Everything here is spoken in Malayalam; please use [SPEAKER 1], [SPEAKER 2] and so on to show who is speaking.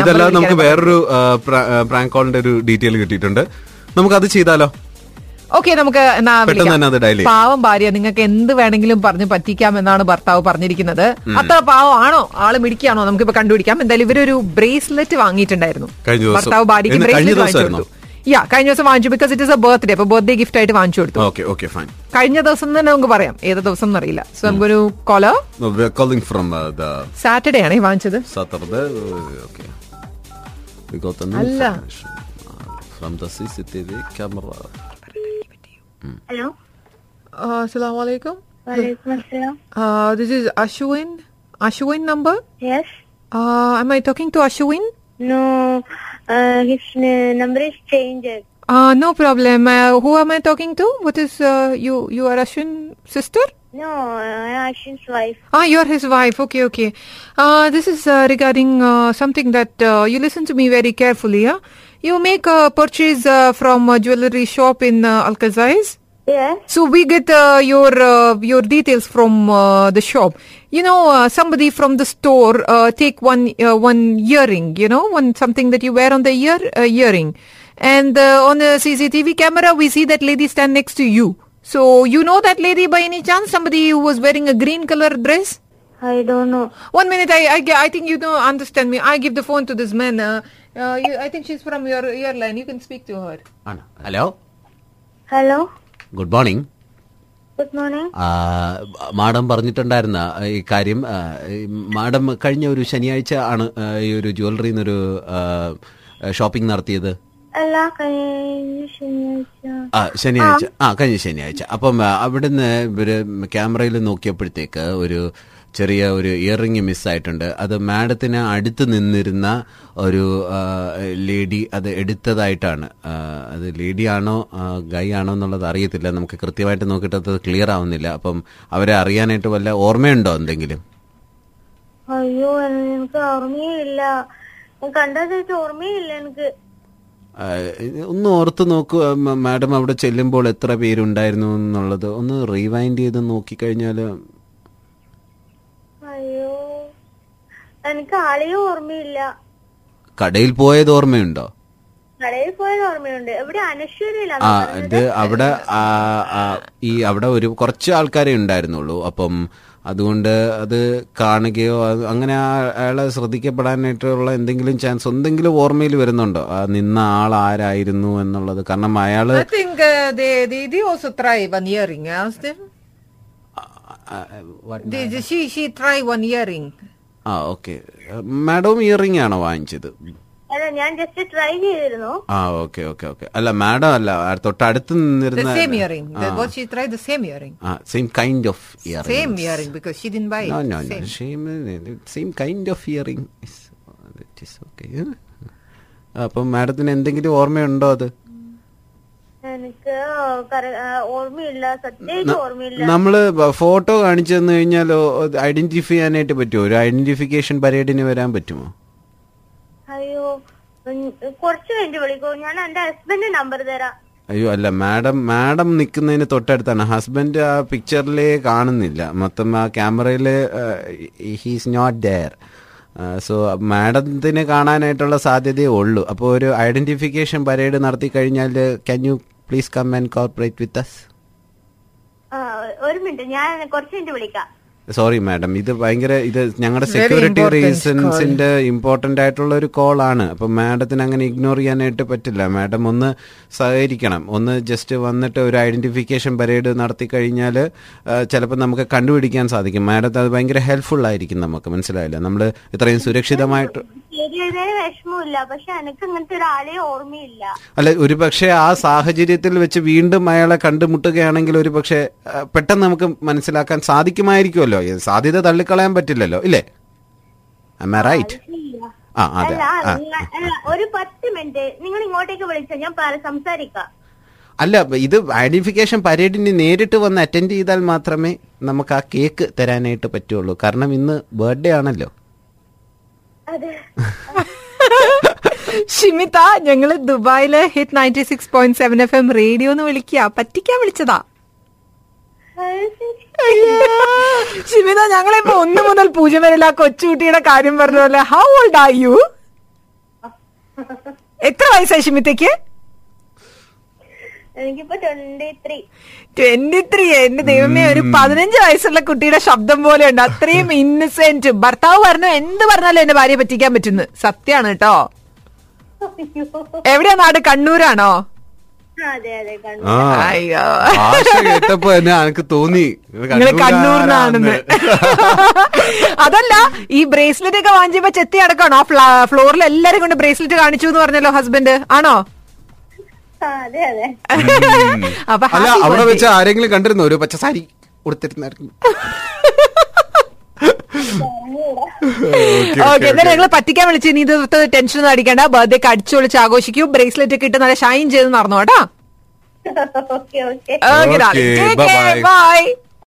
[SPEAKER 1] ഇതല്ലാതെ നമുക്ക് വേറൊരു പ്രാങ്ക് കോളിന്റെ ഒരു ഡീറ്റെയിൽ കിട്ടിയിട്ടുണ്ട് നമുക്ക് അത് ചെയ്താലോ
[SPEAKER 2] ഓക്കെ നമുക്ക് എന്നാ
[SPEAKER 1] പെട്ടെന്ന്
[SPEAKER 2] വിളിക്കാം.
[SPEAKER 1] തന്നെ അത് dial ചെയ്യാം.
[SPEAKER 2] പാവം ഭാര്യ നിങ്ങൾക്ക് എന്ത് വേണമെങ്കിലും പറഞ്ഞ് പറ്റിക്കാമെന്നാണ് ഭർത്താവ് പറഞ്ഞിരിക്കുന്നത് അത്ര പാവം ആണോ ആള് മിടിക്കാണോ നമുക്കിപ്പോ കണ്ടുപിടിക്കാം എന്തായാലും ഇവരൊരു ബ്രേസ്ലെറ്റ് വാങ്ങിയിട്ടുണ്ടായിരുന്നു
[SPEAKER 1] കഴിഞ്ഞ ദിവസം.
[SPEAKER 2] ഭർത്താവ് ഭാര്യയ്ക്ക്
[SPEAKER 1] എന്ന് കഴിഞ്ഞ
[SPEAKER 2] ബ്രേസ്ലെറ്റ് വാങ്ങിച്ചു
[SPEAKER 1] ദിവസമായിരുന്നോ?
[SPEAKER 2] കൊടുത്തു യാ കഴിഞ്ഞ ദിവസം വാങ്ങിച്ചു because it is a birthday അപ്പൊ ബർത്ത്ഡേ ഗിഫ്റ്റ് ആയിട്ട് വാങ്ങിച്ചു കൊടുത്തു
[SPEAKER 1] ഓക്കെ ഓക്കെ ഫൈൻ
[SPEAKER 2] കഴിഞ്ഞ ദിവസം തന്നെ നമുക്ക് പറയാം ഏത് ദിവസം എന്നറിയില്ല സോ നമുക്കൊരു കൊല
[SPEAKER 1] calling from
[SPEAKER 3] uh,
[SPEAKER 1] the
[SPEAKER 2] Saturday ആണ് ഈ വാങ്ങിച്ചത്
[SPEAKER 1] സത്തർദ് ഓക്കെ
[SPEAKER 2] അല്ല.
[SPEAKER 3] Uh,
[SPEAKER 1] from the C city camera
[SPEAKER 4] hello
[SPEAKER 2] അസ്സലാമലൈക്കും
[SPEAKER 4] വലൈക്കും അസ്സലാം
[SPEAKER 2] this is Ashwin Ashwin number
[SPEAKER 4] yes
[SPEAKER 2] am I talking to Ashwin?
[SPEAKER 4] No uh, his number is change
[SPEAKER 2] Uh, no problem. Uh, who am I talking to? What is uh, you? You are Ashwin sister?
[SPEAKER 4] No Ashwin's wife
[SPEAKER 2] Ah, you are his wife. Okay, okay. Uh, this is uh, regarding uh, something that uh, you listen to me very carefully. Yeah? You make a purchase uh, from a jewelry shop in uh, Alcazais.
[SPEAKER 4] Yes
[SPEAKER 2] So we get uh, your uh, your details from uh, the shop. You know, uh, somebody from the store uh, take one uh, one earring. You know, one something that you wear on the ear uh, earring, and uh, on the CCTV camera we see that lady stand next to you. So you know that lady by any chance? Somebody who was wearing a green color dress.
[SPEAKER 4] I ഡോ know
[SPEAKER 2] One minute, I I, ge- I think you don't understand me. I give the phone to this man. Uh, uh, you, I think she's from your your line. You can speak to her.
[SPEAKER 3] ആണ് hello
[SPEAKER 4] hello
[SPEAKER 3] good morning
[SPEAKER 4] good morning
[SPEAKER 3] ആ, Uh, മാഡം പറഞ്ഞിട്ടുണ്ടായിരുന്ന ഈ കാര്യം ആ, ഈ മാഡം കഴിഞ്ഞ ഒരു ശനിയാഴ്ച ആണ് ആ, ഈ ഒരു ജ്വല്ലറിയിൽ നിന്നൊരു ഷോപ്പിംഗ് നടത്തിയത്
[SPEAKER 4] എല്ലാ കഴിഞ്ഞ ശനിയാഴ്ച
[SPEAKER 3] ആ ശനിയാഴ്ച ആ കഴിഞ്ഞ ശനിയാഴ്ച അപ്പം ആ, അവിടുന്ന് ഇവര് ക്യാമറയിൽ നോക്കിയപ്പോഴത്തേക്ക് ഒരു ചെറിയ ഒരു ഇയറിംഗ് മിസ്സായിട്ടുണ്ട് അത് മാഡത്തിന് അടുത്ത് നിന്നിരുന്ന ഒരു ലേഡി അത് എടുത്തതായിട്ടാണ് ആ, അത് ലേഡിയാണോ ഗൈ ആണോ എന്നുള്ളത് അറിയത്തില്ല നമുക്ക് കൃത്യമായിട്ട് നോക്കിയിട്ട് അത് ക്ലിയർ ആവുന്നില്ല അപ്പം അവരെ അറിയാനായിട്ട് വല്ല ഓർമ്മയുണ്ടോ എന്തെങ്കിലും
[SPEAKER 4] അയ്യോ എനിക്ക് ഓർമ്മയേ ഇല്ല ഞാൻ കണ്ടതായിട്ട് ഓർമ്മയേ ഇല്ല എനിക്ക്
[SPEAKER 3] ആ, ഒന്ന് ഓർത്ത് നോക്കുക മ- മാഡം അവിടെ ചെല്ലുമ്പോൾ എത്ര പേരുണ്ടായിരുന്നു എന്നുള്ളത് ഒന്ന് റീവൈൻഡ് ചെയ്ത് നോക്കിക്കഴിഞ്ഞാൽ
[SPEAKER 4] അയ്യോ എനിക്ക് ആളെയും ഓർമ്മയില്ല
[SPEAKER 3] കടയിൽ പോയത് ഓർമ്മയുണ്ടോ
[SPEAKER 4] കടയിൽ പോയത് ഓർമ്മയുണ്ട് എവിടെ
[SPEAKER 3] ആ
[SPEAKER 4] അനശ്വരയിലാണ്
[SPEAKER 3] ഇത് അവിടെ ആ, ആ, ഈ അവിടെ ഒരു കുറച്ച് ആൾക്കാരെ ഉണ്ടായിരുന്നുള്ളൂ അപ്പം അതുകൊണ്ട് അത് കാണുകയോ അത് അങ്ങനെ ആ- അയാളെ ശ്രദ്ധിക്കപ്പെടാനായിട്ടുള്ള എന്തെങ്കിലും ചാൻസ് എന്തെങ്കിലും ഓർമ്മയിൽ വരുന്നുണ്ടോ ആ നിന്ന ആൾ ആരായിരുന്നു എന്നുള്ളത് കാരണം അയാള്
[SPEAKER 2] I think uh, they, they they also try one earring. I asked them.
[SPEAKER 3] ആ, what-
[SPEAKER 2] They, they- she she try one earring.
[SPEAKER 3] ആ ഓക്കെ മാഡം ഇയറിംഗ് ആണോ വാങ്ങിച്ചത്
[SPEAKER 4] അല്ല ഞാൻ ജസ്റ്റ് ട്രൈ ചെയ്തിരുന്നു
[SPEAKER 3] ആ ഓക്കെ ഓക്കെ ഓക്കെ അല്ല മാഡം അല്ല ആ, തൊട്ടടുത്ത്
[SPEAKER 2] The
[SPEAKER 3] നിന്നിരുന്ന
[SPEAKER 2] same earring.
[SPEAKER 3] Ah.
[SPEAKER 2] The, what she tried the same earring.
[SPEAKER 3] ആ same kind of earring
[SPEAKER 2] Same earring because she didn't buy it.
[SPEAKER 3] No, no,
[SPEAKER 2] Same.
[SPEAKER 3] no. Same, same kind of hearing. Is, that is okay. huh? അപ്പം eh." മാഡത്തിന് എന്തെങ്കിലും ഓർമ്മയുണ്ടോ അത്
[SPEAKER 4] എനിക്ക് കറ- ആ, ഓർമ്മയില്ല സത്യമായിട്ട് ഓർമ്മയില്ല
[SPEAKER 3] നമ്മള് ബ- ഫോട്ടോ കാണിച്ചു തന്നു കഴിഞ്ഞാൽ ഐഡന്റിഫൈ ചെയ്യാനായിട്ട് പറ്റുമോ ഒരു ഐഡന്റിഫിക്കേഷൻ പരേഡിന് വരാൻ പറ്റുമോ
[SPEAKER 4] അയ്യോ ഉം, കുറച്ച് കഴിഞ്ഞ് വിളിക്കൂ ഞാൻ എന്റെ ഹസ്ബൻഡ് നമ്പർ തരാം
[SPEAKER 3] അയ്യോ അല്ല മാഡം മാഡം നിൽക്കുന്നതിന് തൊട്ടടുത്താണ് ഹസ്ബൻഡ് ആ പിക്ചറിലേ കാണുന്നില്ല മൊത്തം ആ ക്യാമറയിൽ ഹീസ് നോട്ട് ഡെയർ സോ മാഡത്തിന് കാണാനായിട്ടുള്ള സാധ്യതയേ ഉള്ളൂ അപ്പോൾ ഒരു ഐഡന്റിഫിക്കേഷൻ പരേഡ് നടത്തി കഴിഞ്ഞാൽ can you please come and corporate with us
[SPEAKER 4] ആ, ഒരു മിനിറ്റ് ഞാൻ കുറച്ച് കഴിഞ്ഞ് വിളിക്കാം
[SPEAKER 3] സോറി മാഡം ഇത് ഭയങ്കര ഇത് ഞങ്ങളുടെ
[SPEAKER 2] Very
[SPEAKER 3] സെക്യൂരിറ്റി
[SPEAKER 2] important
[SPEAKER 3] റീസൺസിന്റെ ഇമ്പോർട്ടന്റ് ആയിട്ടുള്ള ഒരു കോൾ ആണ് അപ്പൊ മാഡത്തിന് അങ്ങനെ ഇഗ്നോർ ചെയ്യാനായിട്ട് പറ്റില്ല മാഡം ഒന്ന് സഹകരിക്കണം ഒന്ന് ജസ്റ്റ് വന്നിട്ട് ഒരു ഐഡന്റിഫിക്കേഷൻ പരേഡ് നടത്തി കഴിഞ്ഞാൽ ചിലപ്പോൾ നമുക്ക് കണ്ടുപിടിക്കാൻ സാധിക്കും മാഡത്തിന് അത് ഭയങ്കര ഹെൽപ്ഫുൾ ആയിരിക്കും നമുക്ക് മനസ്സിലായില്ല നമ്മൾ ഇത്രയും സുരക്ഷിതമായിട്ട്
[SPEAKER 4] ശരിയായതിന് വിഷമമില്ല പക്ഷെ എനിക്ക് അങ്ങനത്തെ ഒരാളെ ഓർമ്മയില്ല
[SPEAKER 3] അല്ല ഒരു പക്ഷേ ആ സാഹചര്യത്തിൽ വെച്ച് വീണ്ടും അയാളെ കണ്ടുമുട്ടുകയാണെങ്കിൽ ഒരു പക്ഷേ ആ, പെട്ടെന്ന് നമുക്ക് മനസ്സിലാക്കാൻ സാധിക്കുമായിരിക്കുമല്ലോ ഈ സാധ്യത തള്ളിക്കളയാൻ പറ്റില്ലല്ലോ ഇല്ലേ റൈറ്റ്
[SPEAKER 4] ഇല്ല.
[SPEAKER 3] ആ അതെ
[SPEAKER 4] അല്ല
[SPEAKER 3] ആ.
[SPEAKER 4] നിങ്ങ- അല്ല, ഒരു പത്ത് മിനിറ്റ് നിങ്ങൾ ഇങ്ങോട്ടേക്ക് വിളിച്ചാൽ ഞാൻ പറ- സംസാരിക്കാം
[SPEAKER 3] അല്ല ഇത് ഐഡന്റിഫിക്കേഷൻ പരേഡിന് നേരിട്ട് വന്ന് അറ്റൻഡ് ചെയ്താൽ മാത്രമേ നമുക്ക് ആ കേക്ക് തരാനായിട്ട് പറ്റുള്ളൂ കാരണം ഇന്ന് ബർത്ത്ഡേ ആണല്ലോ
[SPEAKER 4] അതെ
[SPEAKER 2] ഷിമിത ഞങ്ങള് ദുബായിലെ hit ninety six point seven F M radio എന്ന് വിളിക്കുക പറ്റിക്കാൻ വിളിച്ചതാ ഷിമിത ഞങ്ങളിപ്പോ ഒന്ന് മുതൽ പൂജ്യം വരെയുള്ള ആ കൊച്ചുകുട്ടിയുടെ കാര്യം പറഞ്ഞ പോലെ ഹൗ ഓൾഡ് ആർ യു എത്ര വയസ്സായി ഷിമിത്തയ്ക്ക്
[SPEAKER 4] എനിക്കിപ്പോ ട്വന്റി ത്രീ
[SPEAKER 2] ട്വന്റി ത്രീ എന്റെ ദൈവമേ ഒരു പതിനഞ്ച് വയസ്സുള്ള കുട്ടിയുടെ ശബ്ദം പോലെ ഉണ്ട് അത്രയും ഇന്നസെന്റ് ഭർത്താവ് പറഞ്ഞു എന്ത് പറഞ്ഞാലും എന്റെ ഭാര്യയെ പറ്റിക്കാൻ പറ്റുന്നു സത്യാണ് കേട്ടോ എവിടെയാ നാട് കണ്ണൂരാണോ
[SPEAKER 4] അതെ അതെ കണ്ടു
[SPEAKER 3] ആ
[SPEAKER 2] അയ്യോ
[SPEAKER 3] ഭാഷ കേട്ടപ്പോ തന്നെ എനിക്ക് തോന്നി
[SPEAKER 2] നിങ്ങള്
[SPEAKER 3] കണ്ണൂരാണെന്ന്.
[SPEAKER 2] കണ്ണൂരിനാണെന്ന് അതല്ല ഈ ബ്രേസ്ലെറ്റ് ഒക്കെ വാങ്ങിച്ചപ്പോ ചെത്തി അടക്കാണോ ആ ഫ്ലാ- ഫ്ലോറിൽ എല്ലാരും കൊണ്ട് ബ്രേസ്ലെറ്റ് കാണിച്ചു എന്ന് പറഞ്ഞല്ലോ ഹസ്ബൻഡ് ആണോ
[SPEAKER 4] ആ, അതെ അതെ
[SPEAKER 2] അപ്പൊ
[SPEAKER 3] അല്ല
[SPEAKER 2] happy
[SPEAKER 3] അവിടെ
[SPEAKER 2] birthday.
[SPEAKER 3] വെച്ച് ആരെങ്കിലും കണ്ടിരുന്നോ ഒരു പച്ചസാരി ഉടുത്തിരുന്നായിരുന്നു Okay,
[SPEAKER 2] ഓക്കെ
[SPEAKER 3] okay,
[SPEAKER 2] എന്നാലും
[SPEAKER 3] okay.
[SPEAKER 2] ഞങ്ങൾ പറ്റിക്കാൻ വിളിച്ച് ഇനി ഇതൊത്ത് ടെൻഷൻ ഒന്നും അടിക്കണ്ട ബർത്ത്ഡേ അടിച്ചു വിളിച്ച് ആഘോഷിക്കൂ ബ്രേസ്ലെറ്റ് ഒക്കെ ഇട്ട് നല്ല ഷൈൻ ചെയ്ത് നടന്നു കേട്ടോ
[SPEAKER 4] okay okay
[SPEAKER 3] Okay, bye-bye.
[SPEAKER 2] By